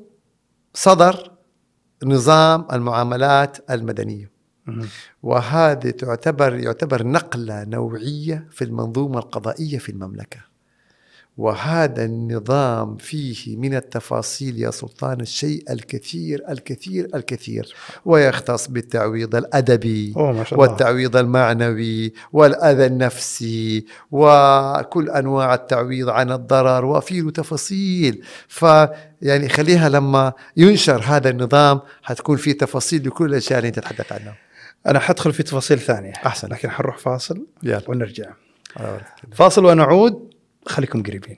B: صدر نظام المعاملات المدنيه
A: مم.
B: وهذه تعتبر يعتبر نقله نوعيه في المنظومه القضائيه في المملكه وهذا النظام فيه من التفاصيل يا سلطان الشيء الكثير الكثير الكثير ويختص بالتعويض الادبي
A: اوه ما شاء الله
B: والتعويض المعنوي والأذى النفسي وكل أنواع التعويض عن الضرر وفيه له تفاصيل ف يعني خليها لما ينشر هذا النظام حتكون فيه تفاصيل لكل الأشياء اللي أنت تتحدث عنها
A: انا حدخل في تفاصيل ثانيه
B: أحسن
A: لكن حنروح فاصل
B: يلا
A: ونرجع
B: على ورق.
A: فاصل ونعود خليكم قريبين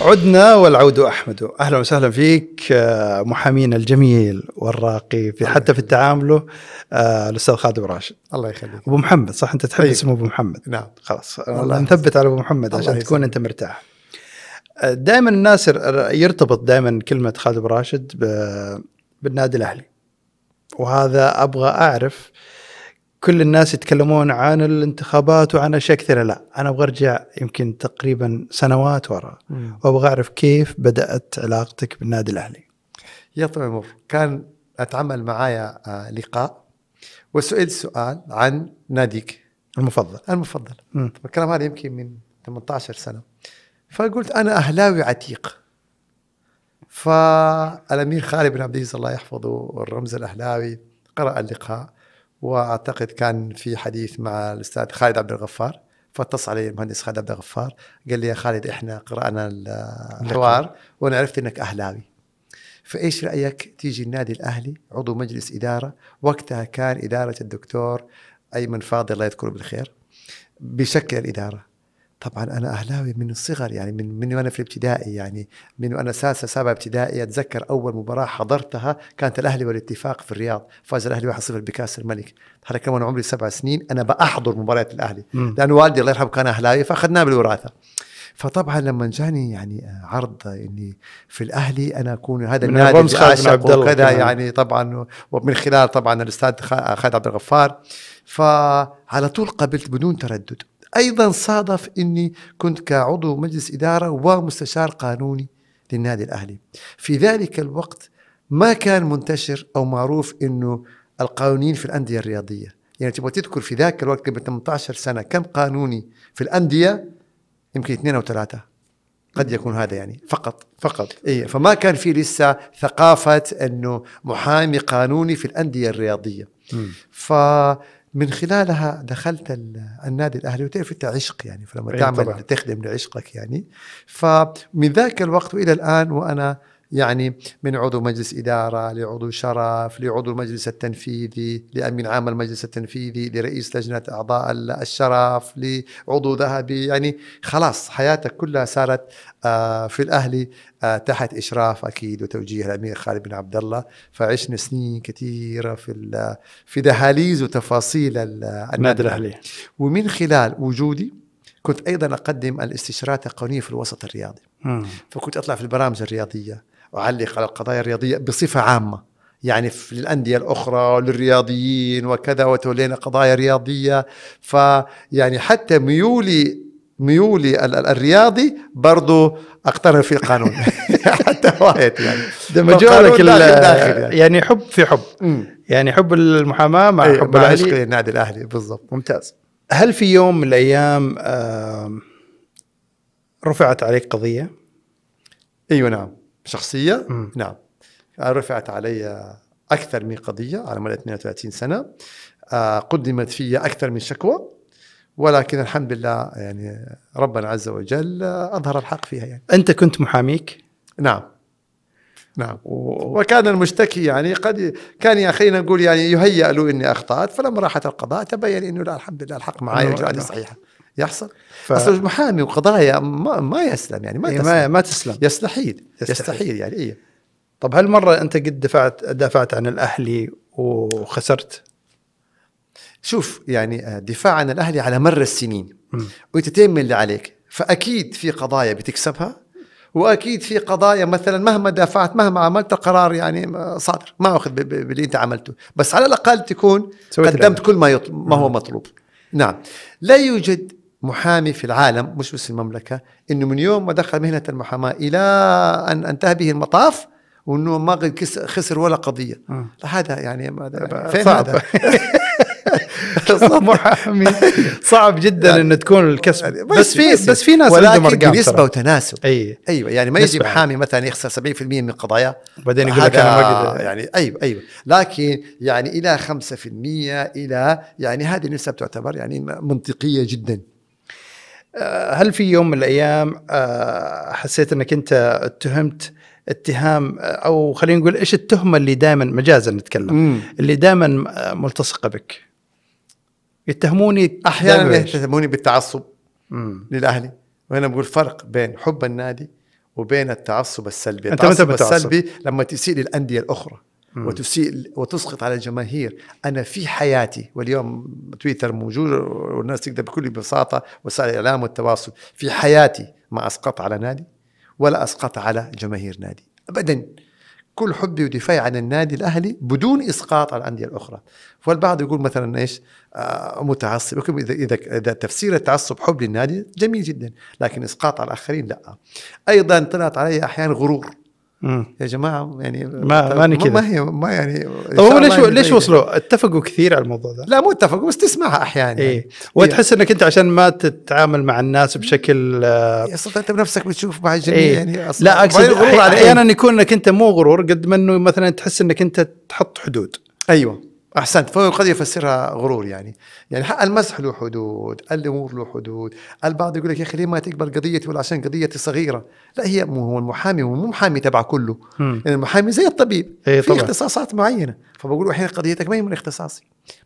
A: عدنا والعود احمد اهلا وسهلا فيك آه، محامينا الجميل والراقي في حتى في تعامله آه، الاستاذ خالد راشد
B: الله يخليك
A: ابو محمد صح انت تحب
B: طيب.
A: اسمه ابو محمد
B: نعم
A: خلاص
B: الله
A: الله نثبت على ابو محمد
B: الله
A: عشان تكون
B: يسلمك.
A: انت مرتاح دائما الناس ر- يرتبط دائما كلمه خالد بن راشد ب- بالنادي الاهلي وهذا ابغى اعرف كل الناس يتكلمون عن الانتخابات وعن اشياء كثيره لا انا ابغى ارجع يمكن تقريبا سنوات ورا وابغى اعرف كيف بدات علاقتك بالنادي الاهلي
B: يا طويل العمر كان أتعمل معايا آه، لقاء وسئلت سؤال عن ناديك
A: المفضل
B: المفضل
A: مم.
B: الكلام هذا يمكن من 18 سنه فقلت انا اهلاوي عتيق فالامير خالد بن عبد العزيز الله يحفظه الرمز الاهلاوي قرا اللقاء واعتقد كان في حديث مع الاستاذ خالد عبد الغفار فاتصل علي المهندس خالد عبد الغفار قال لي يا خالد احنا قرانا الحوار وانا عرفت انك اهلاوي فايش رايك تيجي النادي الاهلي عضو مجلس اداره وقتها كان اداره الدكتور ايمن فاضل الله يذكره بالخير بشكل الاداره طبعا انا اهلاوي من الصغر يعني من من وانا في الابتدائي يعني من وانا سادسه سابعه ابتدائي اتذكر اول مباراه حضرتها كانت الاهلي والاتفاق في الرياض فاز الاهلي 1-0 بكاس الملك هذا كان وانا عمري سبع سنين انا باحضر مباريات الاهلي
A: مم.
B: لان والدي الله يرحمه كان اهلاوي فاخذناه بالوراثه فطبعا لما جاني يعني عرض اني في الاهلي انا اكون هذا
A: من
B: النادي
A: الرمز
B: اللي
A: خالد بن
B: اعشق
A: عبد الله
B: وكذا
A: كمان.
B: يعني طبعا ومن خلال طبعا الاستاذ خا- خالد عبد الغفار فعلى طول قبلت بدون تردد ايضا صادف اني كنت كعضو مجلس اداره ومستشار قانوني للنادي الاهلي في ذلك الوقت ما كان منتشر او معروف انه القانونيين في الانديه الرياضيه يعني تبغى تذكر في ذاك الوقت قبل 18 سنه كم قانوني في الانديه يمكن اثنين او ثلاثه قد يكون هذا يعني فقط
A: فقط
B: إيه فما كان في لسه ثقافة أنه محامي قانوني في الأندية الرياضية فمن خلالها دخلت ال- النادي الأهلي وتعرف أنت عشق يعني فلما
A: إيه
B: تعمل
A: طبعاً.
B: تخدم لعشقك يعني فمن ذاك الوقت وإلى الآن وأنا يعني من عضو مجلس إدارة لعضو شرف لعضو المجلس التنفيذي لأمين عام المجلس التنفيذي لرئيس لجنة أعضاء الشرف لعضو ذهبي يعني خلاص حياتك كلها صارت آه، في الأهلي آه، تحت إشراف أكيد وتوجيه الأمير خالد بن عبد الله فعشنا سنين كثيرة في ال- في دهاليز وتفاصيل ال-
A: النادي الاهلي
B: ومن خلال وجودي كنت ايضا اقدم الاستشارات القانونيه في الوسط الرياضي
A: مم.
B: فكنت اطلع في البرامج الرياضيه اعلق على القضايا الرياضيه بصفه عامه يعني في للانديه الاخرى وللرياضيين وكذا وتولينا قضايا رياضيه فيعني حتى ميولي ميولي ال- ال- الرياضي برضو اقترن في القانون <laughs> حتى وايد يعني
A: دمجوا
B: فالقانون
A: لك ال-
B: داخل- داخل يعني.
A: يعني حب في حب يعني حب المحاماه مع
B: أي،
A: حب
B: إيه، مع عشق
A: الاهلي
B: النادي الاهلي بالضبط ممتاز
A: هل في يوم من الايام آم، رفعت عليك قضيه؟
B: ايوه نعم شخصيه
A: مم.
B: نعم رفعت علي اكثر من قضيه على مدى 32 سنه آه، قدمت في اكثر من شكوى ولكن الحمد لله يعني ربنا عز وجل آه، اظهر الحق فيها يعني
A: انت كنت محاميك
B: نعم نعم
A: و...
B: وكان المشتكي يعني قد ي- كان يا اخي نقول يعني يهيأ له اني اخطات فلما راحت القضاء تبين انه لا الحمد لله الحق معي
A: أنه-
B: واجراءاتي صحيحه يحصل
A: ف...
B: اصل المحامي وقضايا ما, ما يسلم يعني ما
A: إيه،
B: تسلم
A: ما, ما تسلم
B: يستحيل
A: يستحيل.
B: يستحيل يعني إيه.
A: طب هل مره انت قد دفعت دافعت عن الاهلي وخسرت؟
B: شوف يعني آه، دفاع عن الاهلي على مر السنين
A: مم.
B: وانت تعمل اللي عليك فاكيد في قضايا بتكسبها واكيد في قضايا مثلا مهما دافعت مهما عملت القرار يعني ما- صادر ما اخذ ب- ب- باللي انت عملته بس على الاقل تكون
A: سويت
B: قدمت كل ما يطل... ما هو مطلوب نعم لا يوجد محامي في العالم مش بس المملكه انه من يوم ما دخل مهنه المحاماه الى ان انتهى به المطاف وانه ما قد كس- خسر ولا قضيه
A: مم.
B: هذا يعني ماذا يعني فين
A: صعب <laughs>
B: هذا؟ صعب.
A: محامي صعب جدا
B: يعني-
A: انه تكون الكسب
B: يعني
A: بس في
B: يصير.
A: بس في ناس عندهم
B: ولكن
A: ارقام
B: بنسبه
A: ترى. إيه.
B: وتناسب
A: اي
B: ايوه يعني ما يجي
A: نسبة.
B: محامي مثلا يخسر 70% من قضاياه
A: وبعدين يقول لك
B: هذا
A: انا ما قد
B: يعني ايوه ايوه لكن يعني الى 5% الى يعني هذه النسب تعتبر يعني منطقيه جدا
A: آه، هل في يوم من الايام آه، حسيت انك انت اتهمت اتهام آه، او خلينا نقول ايش التهمه اللي دائما مجازا نتكلم اللي دائما آه، ملتصقه بك يتهموني دايماً
B: احيانا
A: بإيش؟
B: يتهموني بالتعصب
A: مم.
B: للاهلي وانا بقول فرق بين حب النادي وبين التعصب السلبي
A: أنت متى
B: التعصب
A: بتتعصب؟
B: السلبي لما تسيء للانديه الاخرى
A: مم.
B: وتسيء وتسقط على الجماهير انا في حياتي واليوم تويتر موجود والناس تقدر بكل بساطه وسائل الاعلام والتواصل في حياتي ما اسقط على نادي ولا اسقط على جماهير نادي ابدا كل حبي ودفاعي عن النادي الاهلي بدون اسقاط على الانديه الاخرى والبعض يقول مثلا ايش آه متعصب يمكن اذا اذا اذا تفسير التعصب حب للنادي جميل جدا لكن اسقاط على الاخرين لا ايضا طلعت علي احيانا غرور
A: مم.
B: يا جماعه يعني
A: ما- ماني كذا.
B: ما هي ما يعني
A: طب هم ليش ليش وصلوا؟ اتفقوا كثير على الموضوع ذا
B: لا مو اتفقوا بس تسمعها احيانا
A: ايه وتحس انك انت عشان ما تتعامل مع الناس بشكل آه،
B: يعني أصلاً انت بنفسك بتشوف مع الجميع
A: إيه.
B: يعني أصلاً
A: لا اقصد
B: وبعدين غرور على إيه؟
A: احيانا
B: احيانا
A: يكون انك انت مو غرور قد ما انه مثلا تحس انك انت تحط حدود
B: ايوه احسنت فهو قد يفسرها غرور يعني يعني حق المسح له حدود الامور له حدود البعض يقول لك يا اخي ليه ما تقبل قضيتي ولا عشان قضيتي صغيره لا هي مو هو المحامي هو مو محامي تبع كله
A: مم.
B: يعني المحامي زي الطبيب
A: إيه
B: في
A: طبعاً.
B: اختصاصات معينه فبقول احيانا قضيتك ما هي من اختصاصي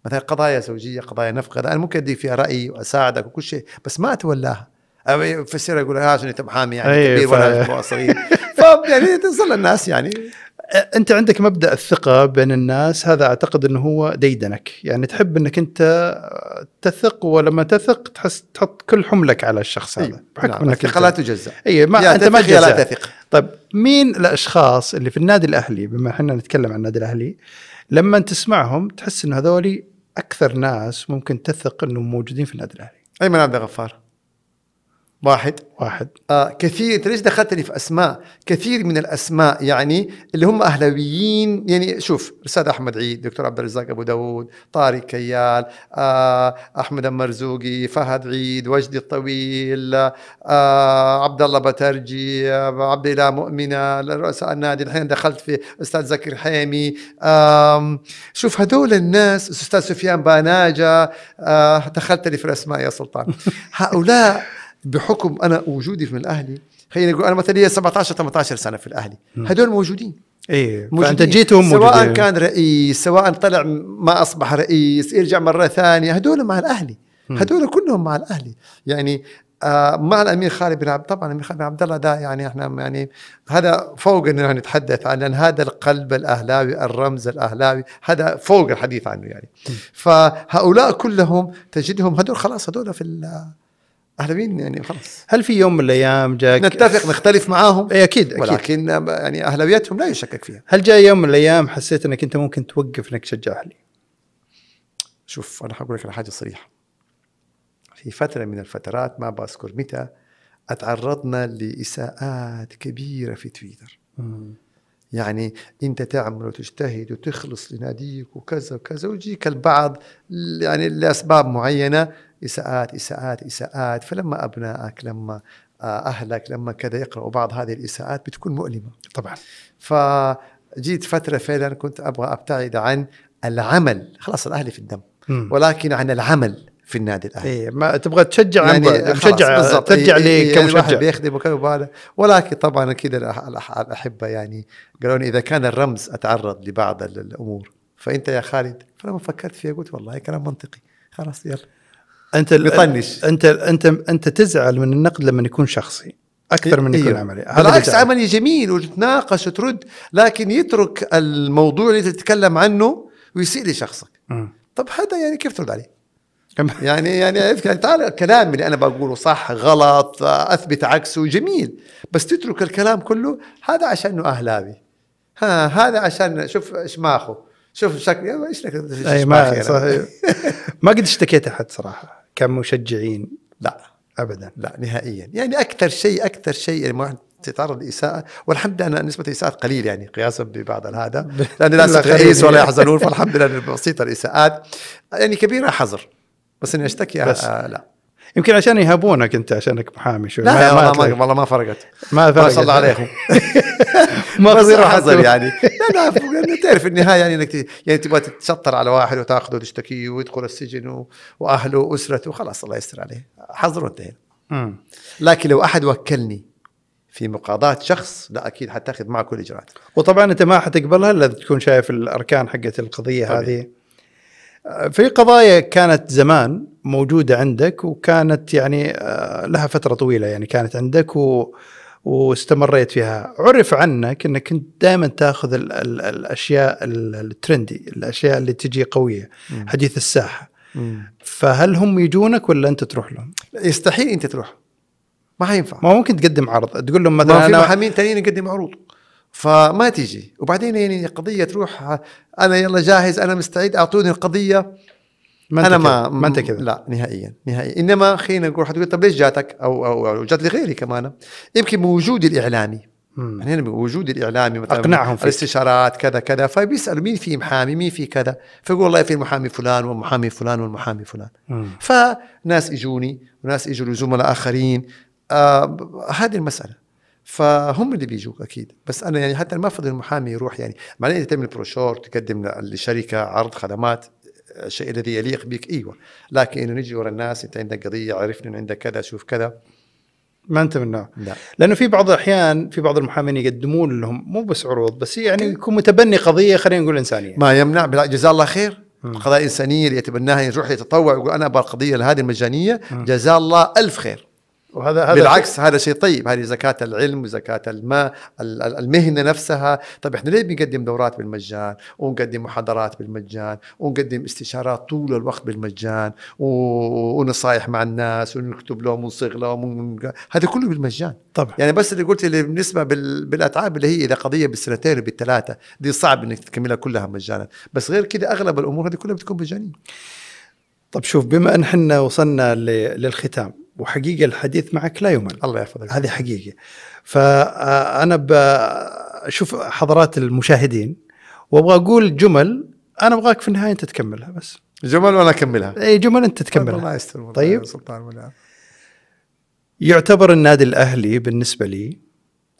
B: مثلا قضايا زوجيه قضايا نفقه انا ممكن اديك فيها رايي واساعدك وكل شيء بس ما اتولاها أو فسر يقول آه، عشان انت محامي يعني
A: إيه،
B: كبير
A: ف-
B: ولا
A: <laughs>
B: صغير ف يعني تصل الناس يعني
A: أ- انت عندك مبدا الثقه بين الناس هذا اعتقد انه هو ديدنك يعني تحب انك انت آه، تثق ولما تثق تحس تحط كل حملك على الشخص هذا
B: نعم الثقه لا تجزأ
A: اي إيه، ما
B: يا
A: انت ما
B: تثق يا لا
A: تجزأ.
B: تثق
A: طيب مين الاشخاص اللي في النادي الاهلي بما احنا نتكلم عن النادي الاهلي لما تسمعهم تحس ان هذولي اكثر ناس ممكن تثق انهم موجودين في النادي الاهلي
B: ايمن عبد الغفار واحد
A: واحد
B: آه كثير انت ليش دخلتني في اسماء كثير من الاسماء يعني اللي هم اهلاويين يعني شوف الاستاذ احمد عيد دكتور عبد الرزاق ابو داود طارق كيال آه احمد المرزوقي فهد عيد وجدي الطويل آه عبد الله بترجي آه عبد الاله مؤمنه رؤساء النادي الحين دخلت في استاذ زكي الحيمي آم شوف هذول الناس استاذ سفيان باناجا آه دخلت لي في الاسماء يا سلطان هؤلاء بحكم انا وجودي من الاهلي خلينا نقول انا مثلا لي 17 18 سنه في الاهلي
A: مم.
B: هذول موجودين
A: اي
B: موجودين.
A: فانت جيت وهم
B: سواء
A: إيه، موجودين.
B: كان رئيس سواء طلع ما اصبح رئيس يرجع مره ثانيه هذول مع الاهلي
A: مم.
B: هذول كلهم مع الاهلي يعني آه مع الامير خالد بن عبد طبعا الامير خالد بن عبد الله ده يعني احنا يعني هذا فوق انه نتحدث عنه لان هذا القلب الاهلاوي الرمز الاهلاوي هذا فوق الحديث عنه يعني فهؤلاء كلهم تجدهم هذول خلاص هذول في الاهلاويين يعني خلاص
A: هل في يوم من الايام جاك إيه،
B: نتفق نختلف معاهم
A: اي اكيد اكيد
B: ولكن يعني اهلاويتهم لا يشكك فيها
A: هل جاء يوم من الايام حسيت انك انت ممكن توقف انك تشجع اهلي؟
B: شوف انا حقول لك على حاجه صريحه في فتره من الفترات ما بذكر متى اتعرضنا لاساءات كبيره في تويتر يعني انت تعمل وتجتهد وتخلص لناديك وكذا وكذا ويجيك البعض ل- يعني لاسباب معينه اساءات اساءات اساءات فلما ابنائك لما آه، اهلك لما كذا يقراوا بعض هذه الاساءات بتكون مؤلمه
A: طبعا
B: فجيت فتره فعلا كنت ابغى ابتعد عن العمل خلاص الاهلي في الدم ولكن عن العمل في النادي الاهلي
A: اي إيه، ما تبغى تشجع عن بعد.
B: يعني خلاص،
A: تشجع
B: بالضبط.
A: ترجع
B: إي- إي-
A: لي
B: يعني الواحد
A: كمشجع
B: بيخدم وكذا ولكن طبعا كذا الأح- الأح- الاحبه يعني قالوا لي اذا كان الرمز اتعرض لبعض ال- الامور فانت يا خالد فلما فكرت فيها قلت والله كلام منطقي خلاص يلا
A: انت ال-
B: بيطنش.
A: انت انت انت تزعل من النقد لما يكون شخصي اكثر من يكون
B: إيوه.
A: عملي هذا
B: بالعكس
A: بيزعل.
B: عملي جميل وتتناقش وترد لكن يترك الموضوع اللي تتكلم عنه ويسيء لشخصك
A: مم. إيه،
B: طب هذا يعني كيف ترد عليه؟
A: كم-
B: يعني يعني عرفت؟ يعني تعال الكلام اللي انا بقوله صح غلط اثبت عكسه جميل بس تترك الكلام كله هذا عشانه اهلاوي ها هذا عشان شوف شماخه شوف شكلي ايش لك
A: اي
B: شماخي
A: ما
B: أنا؟
A: صحيح ما قد اشتكيت احد صراحه كمشجعين
B: لا
A: ابدا
B: لا نهائيا يعني اكثر شيء اكثر شيء لما واحد تتعرض لاساءه والحمد لله أن نسبه الاساءات قليل يعني قياسا ببعض
A: <laughs>
B: هذا لاني لا
A: لا
B: أصير
A: قليل.
B: رئيس ولا يحزنون فالحمد لله بسيطه الاساءات يعني كبيره حذر بس اني اشتكي
A: بس.
B: آه لا
A: يمكن عشان يهابونك انت عشانك محامي شوي
B: لا يا والله ما
A: تلاقي-
B: والله ما فرقت
A: ما
B: ما
A: فرقت.
B: شاء الله عليهم
A: <laughs> ما
B: بس
A: تصير
B: حذر
A: حتى-
B: يعني لا لا لأنه تعرف النهايه يعني انك ت- يعني تبغى تتشطر على واحد وتاخذه وتشتكيه ويدخل السجن و- واهله واسرته خلاص الله يستر عليه حظر وانتهينا
A: مم.
B: لكن لو احد وكلني في مقاضاة شخص لا اكيد حتاخذ معه كل الاجراءات
A: وطبعا انت ما حتقبلها الا إذا تكون شايف الاركان حقت القضيه
B: طبيعي.
A: هذه في قضايا كانت زمان موجوده عندك وكانت يعني آه، لها فتره طويله يعني كانت عندك و واستمريت فيها عرف عنك انك كنت دائما تاخذ ال ال الاشياء ال- الترندي الاشياء اللي تجي قويه
B: مم.
A: حديث الساحه فهل هم يجونك ولا انت تروح لهم
B: لا، يستحيل انت تروح ما حينفع
A: ما ممكن تقدم عرض تقول لهم
B: ما
A: مثلا
B: في
A: انا
B: محامين تانيين يقدم عروض فما تيجي وبعدين يعني قضيه تروح انا يلا جاهز انا مستعد اعطوني القضيه
A: ما أنت
B: انا
A: كذا،
B: ما
A: ما انت كذا
B: لا نهائيا نهائيا انما خلينا نقول حتقول طب ليش جاتك او او, أو جات لغيري كمان يمكن بوجودي الاعلامي
A: مم.
B: يعني هنا بوجودي الاعلامي مثلا
A: أقنعهم فيك.
B: الاستشارات كذا كذا فبيسالوا مين في محامي مين في كذا فيقول والله في المحامي فلان والمحامي فلان والمحامي فلان
A: مم.
B: فناس يجوني وناس يجوا لي زملاء اخرين آه ب- هذه المساله فهم اللي بيجوك اكيد بس انا يعني حتى ما افضل المحامي يروح يعني معناه انت تعمل بروشور تقدم ل- لشركه عرض خدمات آه، الشيء الذي يليق بك ايوه لكن انه نجي ورا الناس انت عندك قضيه عرفنا إنه عندك كذا شوف كذا
A: ما انت من النوع
B: لا
A: لانه في بعض الاحيان في بعض المحامين يقدمون لهم مو بس عروض بس يعني يكون متبني قضيه خلينا نقول انسانيه
B: ما يمنع بلا جزاه الله خير
A: مم.
B: قضايا انسانيه اللي يتبناها يروح يتطوع ويقول انا ابغى القضيه هذه المجانيه
A: مم.
B: جزاه الله الف خير
A: وهذا
B: هذا بالعكس هذا شيء طيب هذه زكاة العلم وزكاة الماء ال- ال- المهنة نفسها طب احنا ليه بنقدم دورات بالمجان ونقدم محاضرات بالمجان ونقدم استشارات طول الوقت بالمجان و- ونصايح مع الناس ونكتب لهم ونصيغ لهم ون- هذا كله بالمجان
A: طبعا
B: يعني بس اللي قلت اللي بالنسبة بال- بالأتعاب اللي هي إذا قضية بالسنتين وبالثلاثة دي صعب إنك تكملها كلها مجانا بس غير كده أغلب الأمور هذه كلها بتكون مجانية
A: طب شوف بما ان احنا وصلنا ل- للختام وحقيقه الحديث معك لا يمل
B: الله يحفظك
A: هذه حقيقه فانا بشوف حضرات المشاهدين وابغى اقول جمل انا ابغاك في النهايه انت تكملها بس
B: جمال وأنا أكملها
A: اي جمل انت تكملها
B: الله يستر والله
A: طيب.
B: يا سلطان ولا
A: يعتبر النادي الاهلي بالنسبه لي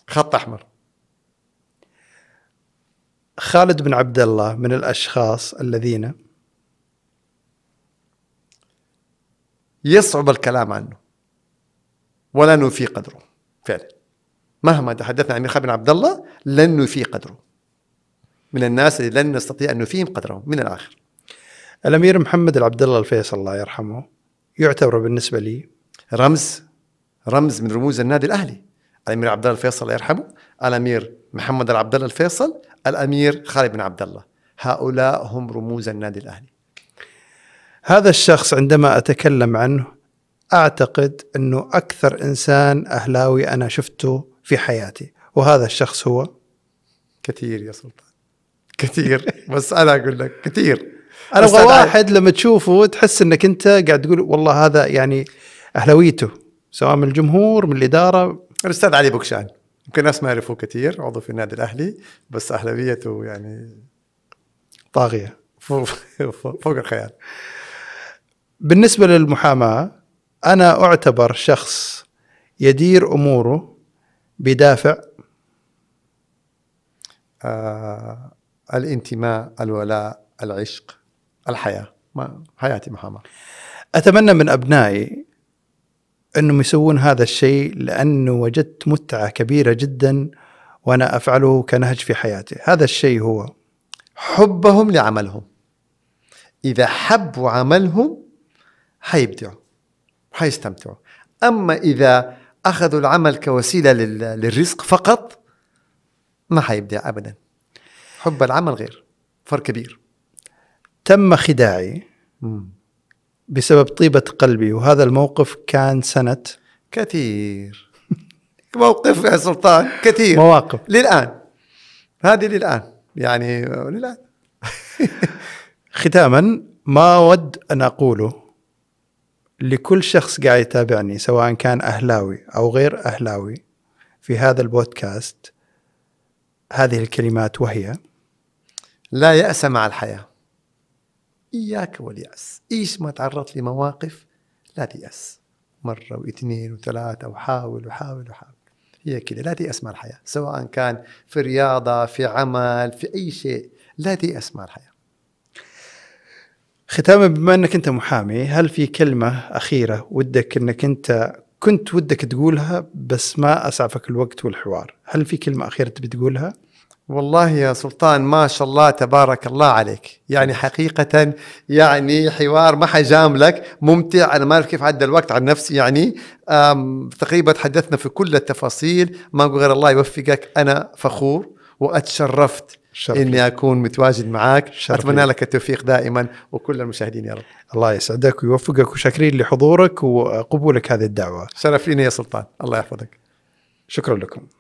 B: خط أحمر
A: خالد بن عبد الله من الاشخاص الذين
B: يصعب الكلام عنه ولا نوفي قدره فعلا مهما تحدثنا عن ميخائيل بن عبد الله لن نوفي قدره من الناس اللي لن نستطيع ان نوفيهم قدرهم من الاخر
A: الامير محمد العبد الله الفيصل الله يرحمه يعتبر بالنسبه لي
B: رمز رمز من رموز النادي الاهلي الامير عبد الله الفيصل الله يرحمه الامير محمد العبد الله الفيصل الامير خالد بن عبد الله هؤلاء هم رموز النادي الاهلي
A: هذا الشخص عندما اتكلم عنه اعتقد انه اكثر انسان اهلاوي انا شفته في حياتي وهذا الشخص هو
B: كثير يا سلطان كثير <laughs> بس انا اقول لك كثير
A: انا
B: بس
A: ابغى واحد لما تشوفه تحس انك انت قاعد تقول والله هذا يعني اهلاويته سواء من الجمهور من الاداره
B: الاستاذ علي بوكشان يمكن ناس ما يعرفوه كثير عضو في النادي الاهلي بس اهلاويته يعني
A: طاغيه
B: فوق فوق الخيال
A: بالنسبه للمحاماه انا اعتبر شخص يدير اموره بدافع
B: آه الانتماء الولاء العشق الحياه ما حياتي محاماه
A: اتمنى من ابنائي انهم يسوون هذا الشيء لانه وجدت متعه كبيره جدا وانا افعله كنهج في حياتي هذا الشيء هو
B: حبهم لعملهم إذا حبوا عملهم حيبدعوا حيستمتعوا أما إذا أخذوا العمل كوسيلة لل- للرزق فقط ما حيبدع أبدا حب العمل غير فرق كبير
A: تم خداعي بسبب طيبه قلبي وهذا الموقف كان سنه
B: كثير موقف يا سلطان كثير
A: مواقف
B: للآن هذه للآن يعني آه، للآن
A: ختاما ما اود ان اقوله لكل شخص قاعد يتابعني سواء كان اهلاوي او غير اهلاوي في هذا البودكاست هذه الكلمات وهي
B: لا يأس مع الحياة إياك واليأس إيش ما تعرضت لمواقف لا تيأس مرة واثنين وثلاثة وحاول وحاول وحاول هي كذا لا تيأس مع الحياة سواء كان في رياضة في عمل في أي شيء لا تيأس مع الحياة
A: ختاما بما انك انت محامي هل في كلمه اخيره ودك انك انت كنت ودك تقولها بس ما اسعفك الوقت والحوار هل في كلمه اخيره تبي تقولها
B: والله يا سلطان ما شاء الله تبارك الله عليك يعني حقيقة يعني حوار ما حجام لك ممتع أنا ما أعرف كيف عدى الوقت عن نفسي يعني أم، تقريبا تحدثنا في كل التفاصيل ما أقول غير الله يوفقك أنا فخور وأتشرفت
A: شرف لي.
B: إني أكون متواجد معك
A: شرف
B: أتمنى
A: لي.
B: لك التوفيق دائما وكل المشاهدين يا رب
A: الله يسعدك ويوفقك وشاكرين لحضورك وقبولك هذه الدعوه
B: شرف لنا يا سلطان الله يحفظك
A: شكرا لكم